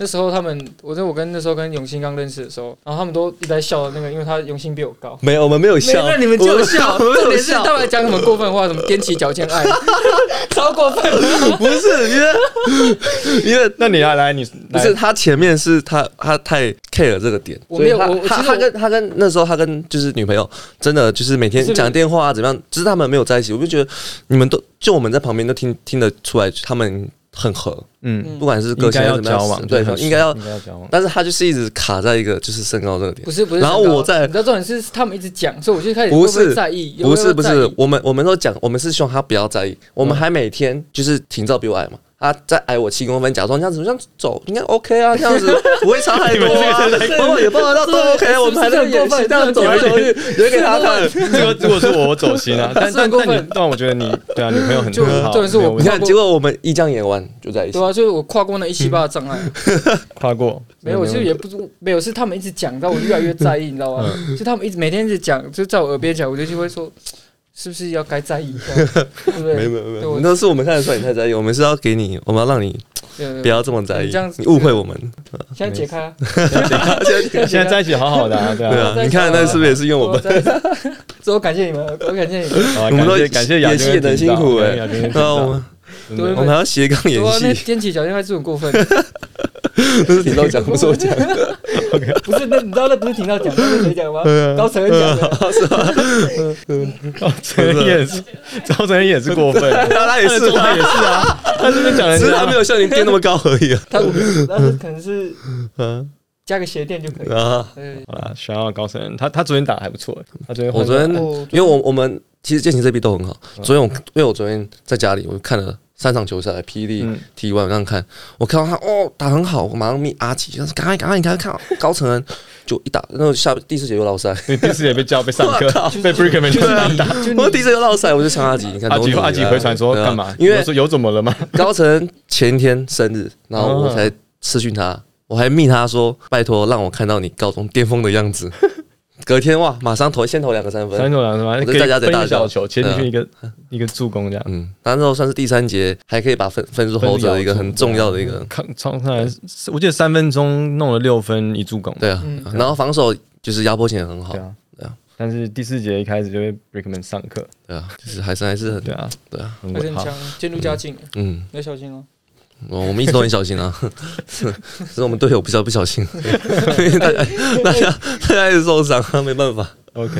C: 那时候他们，我在我跟那时候跟永兴刚认识的时候，然后他们都一直在笑那个，因为他永兴比我高。
A: 没有，我们没有
C: 没
A: 笑，
C: 有，那你们就
A: 我
C: 有
A: 们
C: 笑。
A: 我们
C: 重
A: 没有
C: 点是
A: 笑
C: 他，们还讲什么过分话，什么踮起脚尖 爱，超过分。
A: 不是 因为因为
B: 那你来来，你
A: 不
B: 来
A: 是他前面是他他太 care 这个点，
C: 我没有
A: 所以
C: 我我
A: 他他
C: 其实
A: 他
C: 我
A: 跟他跟那时候他跟就是女朋友真的就是每天
C: 不是
A: 讲电话啊怎么样，只是他们没有在一起，我就觉得你们都就我们在旁边都听听得出来他们很合，
B: 嗯，
C: 嗯
A: 不管是
B: 应
A: 个性
B: 该
A: 还是
B: 要
A: 怎么
B: 交往
A: 样，，对
B: 就是，
A: 应该要
B: 应，该要交往。
A: 但是他就是一直卡在一个就是身高这个点
C: 不。是不是，
A: 然后
C: 身高
A: 我在
C: 你知道重点是他们一直讲，所以我就开始
A: 不
C: 会会
A: 是
C: 在意，
A: 不是不
C: 会会在
A: 是
C: 意，
A: 我们我们都讲，我们是希望他不要在意，我们还每天就是停照比我矮嘛，他再矮我七公分，假装这样子这样走应该 OK 啊，这样子不会差太多啊，然后也抱得到都 OK，
C: 是
A: 我们还在很过
C: 是
A: 分
C: 是
A: 这样走来走去，也给他看。
B: 这个如果是我，我走心 啊。但
C: 是
B: 但
C: 很过
B: 但
C: 分
B: 你，但我觉得你对啊，女朋友很
C: 就
B: 很好，
C: 重点是我
B: 没有问
A: 你
B: 题
A: 看，结果我们一将演完就在一起
C: 对，啊，所以我跨过那一七八的障碍。
B: 跨过
C: 没有，我就
B: 问题
C: 也不知没有，是他们一直讲，到我越来越在意，你知道吗？
A: 嗯
C: 就他们一直每天一直讲，就在我耳边讲，我就就会说，是不是要该在 意一下，对不对？
A: 没有没有没
C: 对我
A: 有，那是我们看得出来你太在意，我们是要给你，我们要让你
C: 对
A: 不，要这么在意
C: 你这样，子
A: 你误会我们。
C: 现在解开啊，
B: 现在在一起好好的啊，对
A: 对
B: 啊
A: 啊，，你看那是不是也是因为我们？
C: 在，所以我感谢你们，我感谢 你们。
B: 好啊
A: 我们都
B: 感谢感谢雅
A: 演
B: 君
A: 戏演得很辛苦哎
B: 雅君
A: 对啊，我们
B: 真
C: 对
B: 的
A: 我们还要斜杠演
C: 对啊，那
A: 戏，
C: 踮起脚尖还是很过分，
A: 这是你都 讲，不是我讲。
C: 不是？那你知道那不是听到讲，那是谁讲的吗？
A: 啊
C: 高承恩讲的，
B: 赵承恩也是，赵承恩也是过分，
A: 他也
B: 他的
A: 是
B: 状态也是啊，他这边讲人
A: 只是他没
B: 家
A: 有像你垫那么高而已啊。
C: 他那是可能是
A: 嗯
C: 加个鞋垫就可以了。
A: 啊，
C: 对，
B: 好啦，想要高承恩，他他昨天打得还不错，欸他昨天
A: 我昨天
C: 哦
A: 因为我我们其实健行这批都很好。
B: 嗯
A: 昨天我因为我昨天在家里，我看了三场球赛，霹雳
B: 嗯、
A: T1 我这样看，我看到他哦打很好，我马上密阿奇，他说赶快赶快，你赶快看高承恩，就一打，然后下第四节又落赛，
B: 你第四也被叫被上
A: 我
B: 课，被 Brickman 就
A: 对啊
B: 是打。
C: 就
A: 我
C: 你
A: 第四节又落赛，我就抢阿吉，你看
B: 阿
A: 多
B: 吉
A: 努力啊
B: 阿吉回传说
A: 对啊
B: 干嘛？
A: 因为
B: 我说有怎么了吗？
A: 高承恩前天生日，然后我才私讯他，我还密他说拜托让我看到你高中巅峰的样子。 隔天哇，马上投先投两个三分，
B: 三球两什么？
A: 我在
B: 可以
A: 大家得
B: 分一
A: 打
B: 个
A: 球
B: 小球切进
A: 对啊
B: 去一个一个助攻这样。
A: 嗯，他那时候算是第三节，还可以把分分数 hold 着一个很重要的一个，
B: 看冲上来，我记得三分钟弄了六分一助攻。
A: 对啊
C: 嗯，
A: 然后防守就是压迫性也很好
B: 对，啊，
A: 对啊
B: 但是第四节一开始就被 Brickman 上课，
A: 对啊，就是还是还是很
B: 对啊，
A: 对啊，
B: 很
C: 还是
B: 伟
C: 很
B: 大。
C: 强，渐入佳境，你
A: 嗯，
C: 要小心哦。
A: 我我们一直都很小心啊， 只是我们队友比较不小 心，因为大家大家大家一直受伤啊，没办法。
B: OK，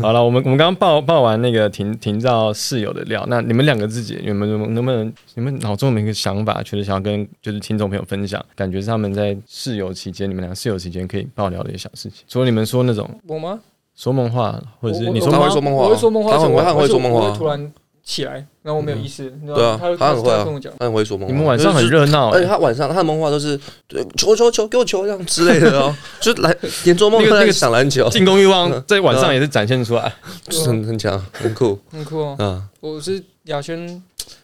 B: 好 了，我们我们刚刚报报完那个停停到室友的料，那你们两个自己你们能不能你们脑中有没有一个想法，觉得想要跟就是听众朋友分享，感觉是他们在室友期间，你们俩室友期间可以爆料的一些小事情，除了你们说那种
C: 我吗？
B: 说梦话，或者是
C: 我
B: 你
C: 我
B: 说
A: 他
B: 梦
A: 会说梦话啊
C: 我会说梦话，
A: 他很会
C: 而且我
A: 他很会说梦话啊
C: 而且我会突然起来，然后我
B: 嗯
C: 没有意识，你知道
A: 对啊
C: 吗？他会
A: 他很会啊
C: 他跟我讲，
A: 他很会说梦话，
B: 你们晚上很热
C: 哦
B: 闹、
A: 而且
C: 哎
B: 欸，
A: 他晚上他的梦话都是对球球球给我球这样之类 的哦，就来连做梦
B: 那
A: 都
B: 个那
A: 在
B: 个
A: 想篮球，
B: 进攻欲
C: 嗯
B: 望在晚上也是展现出来。
A: 就是很很强，很酷
C: 很酷哦。
A: 啊！
C: 我是雅轩，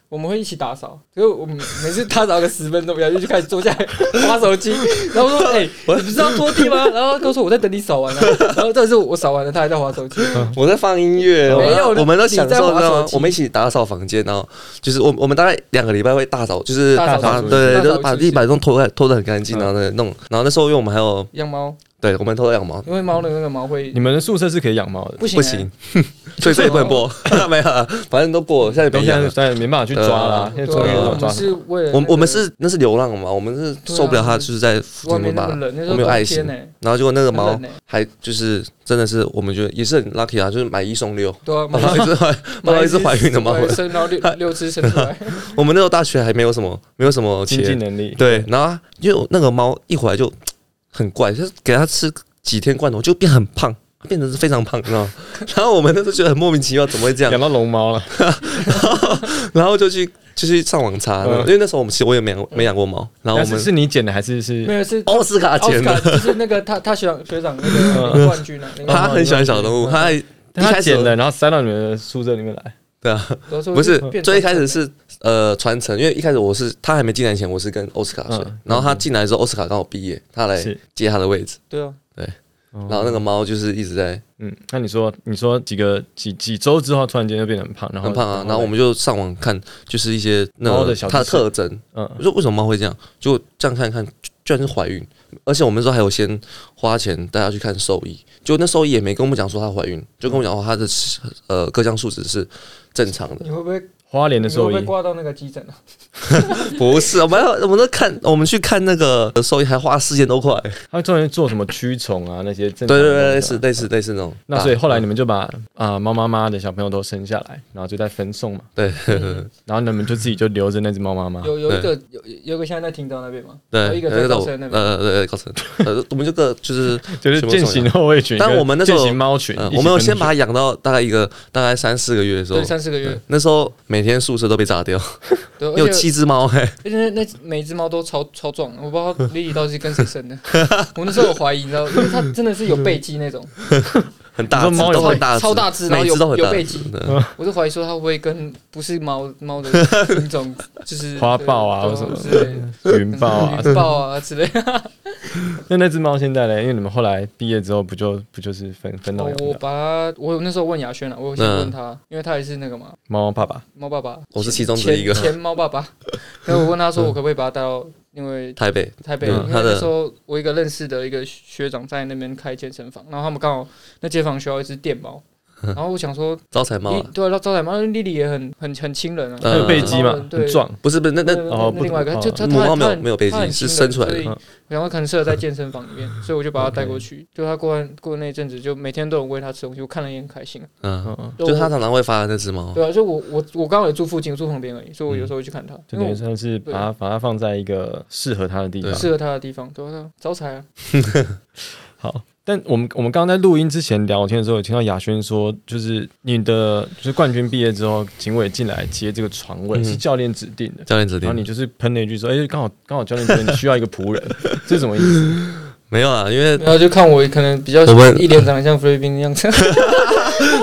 C: 我们会一起打扫，可是我们每次打扫个十分钟，雅轩就开始坐下来划 手机，然后说：“哎、你不是要拖地吗？”然后他跟我说：“我在等你扫 完啊。”然后但是我扫完了，他还在划手机。
A: 我在放音乐，哦
C: 没有
A: 我们我们都享受
C: 你在玩
A: 到
C: 手，机
A: 我们一起打扫房间，然后就是我我们大概两个礼拜会大扫，就是
C: 大
B: 扫
A: 把
B: 除
A: 对
B: 一
A: 对，
C: 下
A: 就
C: 大
A: 是
C: 扫
A: 把
C: 除
A: 地
C: 一下
A: 板都拖得拖得很干净，
B: 嗯
A: 然后呢弄，然后那时候因为我们还有
C: 养猫，
A: 对，我们偷偷养猫，
C: 因为猫的那个毛会
B: 你们的宿舍是可以养猫的，
C: 不行、
A: 不
C: 啊
A: 行，， 所以这也不能 播，没有啊，反正都播，现在
B: 等
A: 别
B: 一
A: 养
B: 下
A: 了。
B: 但没办法去抓啦，现
C: 啊对
B: 在抓也
C: 啊，
B: 老
C: 我
B: 抓
C: 们。是为了那
A: 我
C: 个
A: 我们是那是流浪嘛，我们是受不了它，就是在附
C: 外
A: 近
C: 面那
A: 吧
C: 么。冷，那时
A: 啊我
C: 候
A: 们有爱
C: 冬
A: 心
C: 天呢、欸，
A: 然后结果那个
C: 很
A: 猫
C: 冷呢、欸，
A: 还就是真的是，我们觉得也是很 lucky 啊，就是买一送六，
C: 对啊，
A: 买到一只怀，买到一只怀孕的 猫回来。
C: 生，然后六六只生出来，
A: 我们那时候大学还没有什么，没有什么
B: 经济
A: 钱，
B: 能力，
A: 对，然后啊因为那个猫一回来就很怪，就是给它吃几天罐头就变很胖，变成是非常胖，你知道吗？然后我们那时候觉得很莫名其妙，怎么
C: 啊
A: 会这样
B: 养？到龙猫了，
A: 然后就去就去上网查，
B: 嗯
A: 因为那时候我们其实我也没养没养过猫，然后
B: 但
A: 我
B: 是
A: 们
B: 是你捡的还是是
C: 没有是
A: 奥斯卡
C: 奥斯
A: 捡
C: 卡
A: 的，
C: 就是那个他他学长学长那个领冠军啊，领
A: 嗯他
C: 冠
A: 很喜欢小动物，
C: 嗯
A: 他还一
B: 他
A: 开始
B: 捡了，然后塞到你们的宿舍里面来。
A: 对啊，
C: 军，
A: 不是
C: 变，
A: 最一开始是呃传承，因为一开始我是他还没进来前，我是跟奥斯卡睡，
B: 嗯
A: 然后他进来的时候，奥斯卡刚好毕业，他来
B: 是
A: 接他的位置，
C: 对啊，
B: 然
A: 然后那个猫就是一直在
B: 嗯，那你说，你说几个几几周之后，突然间就变得很胖，然后
A: 很胖啊，然后我们就上网看，就是一些那
B: 猫的
A: 个
B: 小
A: 它的
B: 知识
A: 特征，我
B: 嗯，
A: 说为什么猫会这样，就这样看看，居然是怀孕，而且我们那时候还有先花钱带它去看兽医，就那兽医也没跟我们讲说她怀孕，就跟我们讲说她的呃各项数值是正常的，
C: 你会不会
B: 花莲的
C: 你会
B: 兽
C: 不会
B: 医，
C: 挂到那个急诊啊？
A: 不是，我们要我们都看我们去看那个兽医还花四千多块。
B: 他专门做什么驱虫啊那些正常
A: 对
B: 的
A: 对
B: 东西
A: 对，
B: 啊
A: 类似。类似类似那种。
B: 那所以后来你们就把啊猫妈妈的小朋友都生下来，然后就在分送嘛，
A: 对
B: 然后你们就自己就留着那只猫妈妈。
C: 有有一个有有一个现在在停到那边吗？有
A: 啊对，
C: 一个
A: 呃
C: 在
A: 那
C: 高
A: 种
C: 层那边，
A: 呃对对高层， 呃我们这个就是
B: 就是践行后卫群，
A: 但
B: 跟
A: 我们那时候
B: 践行猫群
A: 呃，
B: 一起
A: 我们有
B: 分
A: 先把它
B: 出
A: 养到大概一个大概三四个月的时候
C: 对，，三四个月，
A: 那时候每天宿舍都被炸掉，
C: 对，
A: 有
C: 而且
A: 七只猫哎，
C: 而且那那每一只猫都超超壮，我不知道莉莉到底是跟谁 生的，我那时候有怀疑，你知道，因为它真的是有背肌那种，
A: 很大
B: 你
A: 只，
B: 说猫有
A: 都很大只，
C: 超大只，然
A: 每
C: 后
A: 一
C: 有
A: 只都很
C: 有
A: 大
C: 背嗯
A: 只
C: 肌，，
A: 对
C: 我就怀疑说它会不会跟不是猫猫的品种，就是
B: 花豹啊
C: 对
B: 或什么
C: 之类 的
B: 云豹 啊。
C: 云豹啊之类的。
B: 那那只猫现在嘞，因为你们后来毕业之后，不就不就是分分到
C: 哦
B: 养
C: 我
B: 的
C: 把它，我那时候问雅轩了，我有先
A: 嗯
C: 问他，因为他也是那个嘛，
B: 猫猫爸爸？
C: 猫爸爸，
A: 我是其中之一个
C: 前前猫 爸爸。然后我问他说，我可不可以把他带到，因为
A: 台北，
C: 台北，
A: 嗯
C: 因为
A: 他的
C: 那时候我一个认识的一个学长在那边开健身房，然后他们刚好那街坊需要一只电猫，然后我想说，
A: 招财嗯猫
C: 莉
A: 啊，
C: 对，那招仔猫莉莉也很很很亲人啊，
A: 嗯
B: 它有背肌嘛，
C: 对
B: 很壮。
A: 不是不是那那
C: 对对对
B: 哦
C: 那
B: 不
C: 另外一个
B: 哦
C: 就它
A: 母猫
C: 它
A: 没有
C: 它很
A: 没有背肌
C: 它很
A: 是
C: 亲
A: 生
C: 人
A: 出来的
C: 所以
B: 嗯
C: 然后可能适合在健身房里面，所以我就把它带过去。就它过完过那一阵子，就每天都有喂它吃东西，我看了也很开心啊。
A: 嗯，
B: 嗯，
A: 就它常常会发的那只猫，
C: 对啊，就我我我刚好也住附近，我住旁边而已，所
A: 嗯
C: 以我有时候会去看它，
B: 就
C: 因
B: 等
C: 为
B: 于
C: 我
B: 算是把
C: 对
B: 它把它放在一个适合它的
A: 啊
B: 地方。
C: 适合它的地方，对啊，招财啊，
B: 好，但我们我们刚刚在录音之前聊天的时候，有听到雅轩说，就是你的就是冠军毕业之后，秦伟进来接这个床位、
A: 嗯
B: 是教练指定的，
A: 教练指
B: 然后你
A: 定
B: 就是喷了一句说，哎、刚好刚好教练觉得你需要一个仆人，这是什么意思？
A: 没有啊，因为
C: 然后就看我可能比较
A: 我们
C: 一脸长得像菲律宾的样子，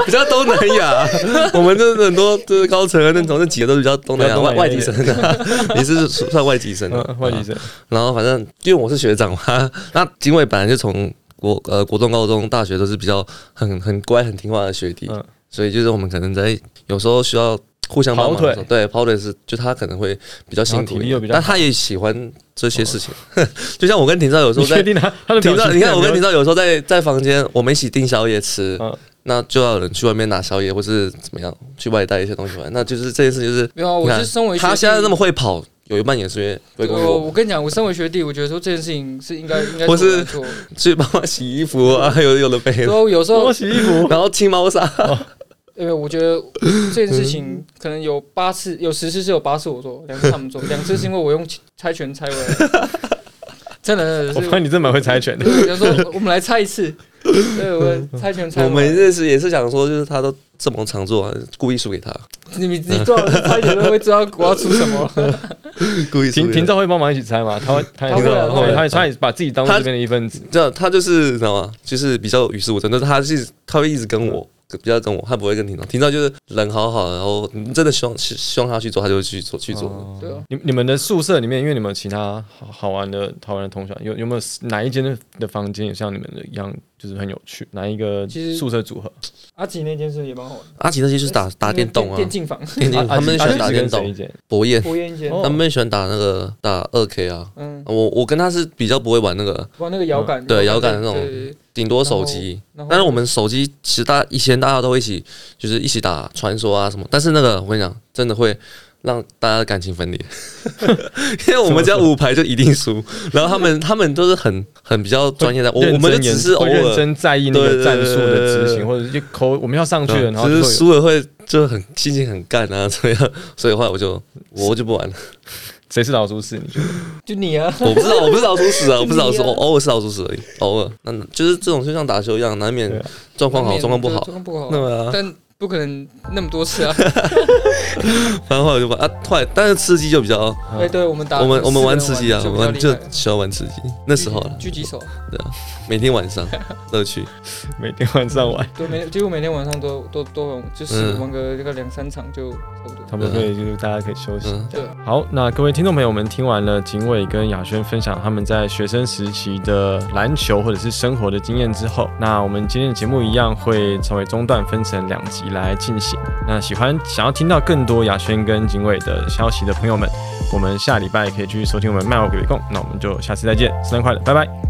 A: 比较东南亚， 我们就是很多就是高层啊的那种，那几个都是比较东南
B: 比
A: 亚
B: 较东
A: 外
B: 南亚
A: 外
B: 一
A: 籍
B: 点
A: 生的 啊、你是算外籍生的、啊
B: 嗯，外籍生，
A: 然后反正因为我是学长嘛， 那警卫本来就从国呃国中、高中、大学都是比较很很乖、很听话的学弟，
B: 嗯
A: 所以就是我们可能在有时候需要互相帮忙的时候
B: 跑腿
A: 对跑腿是就他可能会比较辛
B: 然后体
A: 苦
B: 力
A: 一
B: 又
A: 点
B: 比，较哦
A: 但他也喜欢这些事情， 就像我跟廷少有时
B: 你
A: 候在
B: 确定他他的
A: 廷
B: 表
A: 少，
B: 情？
A: 你看我跟廷，少有时候在在房间，我们一起订宵夜吃，
B: 嗯
A: 那就要有人去外面拿宵夜，或是怎么样去外带一些东西回来。那就是这件事，就是
C: 没有啊，
A: 你
C: 我
A: 看
C: 是身为学
A: 他现在
C: 弟
A: 那么会跑，有一半也是因为归
C: 对
A: 功于
C: 我
A: 我，
C: 我跟你讲，我身为学弟，我觉得说这件事情是应 该应该
A: 不是
C: 我来做。
A: 去帮忙洗衣服啊，有有的没的，
C: 所以有时候
B: 我，洗衣服，
A: 然后清猫砂，
C: 呃，我觉得这件事情可能有八次，有十次是有八次我做，两次他们做，两次是因为我用猜拳猜回来的。真的，
B: 我
C: 真
B: 发
C: 的是
B: 现你真蛮会猜拳的。
C: 对，有时候我们来猜一次，对，我猜拳猜
A: 我
C: 回来。
A: 们认识也是想说，就是他都这么常做、啊，故意输给他，
C: 你你你多少次猜拳都会知道我要出什么。
A: 故 意输
B: 平
A: 给
B: 平
A: 他。
B: 照会帮忙一起猜吗？他会，他也
C: 他会
B: 对
C: 他会
B: 他也他也把自己当做
A: 他
B: 这边的一份子。
A: 这样他就是你知道吗？就是比较与世无争，但是他是他会一直跟我。比较跟我，他不会跟婷照。婷照就是人好好的，然后你真的希望希希望他去做，他就会去做去做。
B: 哦
C: 对啊
B: 你你们的宿舍里面，因为你们有其他好好玩的、好玩的同学，有有没有哪一间的的房间也像你们的一样，就是很有趣？哪一个
C: 其实
B: 宿舍组合？
C: 阿吉啊那件事也蛮好玩的，
A: 阿奇那些就是打打电 动啊，
C: 电竞房，
A: 电竞，他们喜欢打电
B: 阿吉是跟谁一
A: 动。
B: 间
A: 博彦，
C: 抽烟间，
B: 哦
A: 他们喜欢打那个打二 K 啊。
C: 嗯，
A: 我我跟他是比较不会玩那个，
C: 玩那个摇杆，
A: 哦对摇杆那种
C: 对对对
A: 顶多手机。
C: 然后
A: 但是我们手机其实大家以前大家都会一起，就是一起打传说啊什么。但是那个我跟你讲，真的会让大家的感情 分裂，因为我们只要五排就一定输。然后他们他们都是很很比较专业的，我我们就
B: 认真研
A: 只是偶
B: 会认
A: 尔
B: 真在意那
A: 对
B: 个
A: 对
B: 战术的执
A: 对对
B: 行，或者就扣我们要上去了，然后
A: 只
B: 就会
A: 是
B: 有
A: 输了会就很心情很干啊怎么样。所以后来我就我就不玩了。
B: 谁是老鼠屎？你觉得？
C: 就你啊，
A: 我不知道，我不是老鼠屎啊，我不是老鼠，
C: 你啊
A: 我偶尔是老鼠屎而已，偶尔。那就是这种就像打球一样，难免
B: 对啊
A: 状况好，状况不
C: 对
A: 好
C: 状。况不好，
A: 那么啊，
C: 但不可能那么多次 啊！
A: 反正后来就把啊，后来但是吃鸡就比较，
C: 哎，对，我们打
A: 我们我们玩吃
C: 刺
A: 鸡
C: 激
A: 啊，我们就喜欢玩吃鸡。那
C: 那
A: 时候了，
C: 狙击手，
A: 对啊，每天晚 上乐趣。
B: 每天晚上玩，
C: 对，每几乎每天晚上都都都玩，就是
A: 嗯
C: 玩个这个两三场就差不多。
B: 差不多可以，就是大家可以休息。
A: 嗯，
C: 对，
B: 好，那各位听众朋友们，听完了景伟跟雅轩分享他们在学生时期的篮球或者是生活的经验之后，那我们今天的节目一样会稍微中断，分成两集来进行。那喜欢想要听到更多雅轩跟景伟的消息的朋友们，我们下礼拜可以继续收听我们麦奥鬼共。那我们就下次再见，圣诞快乐，拜拜。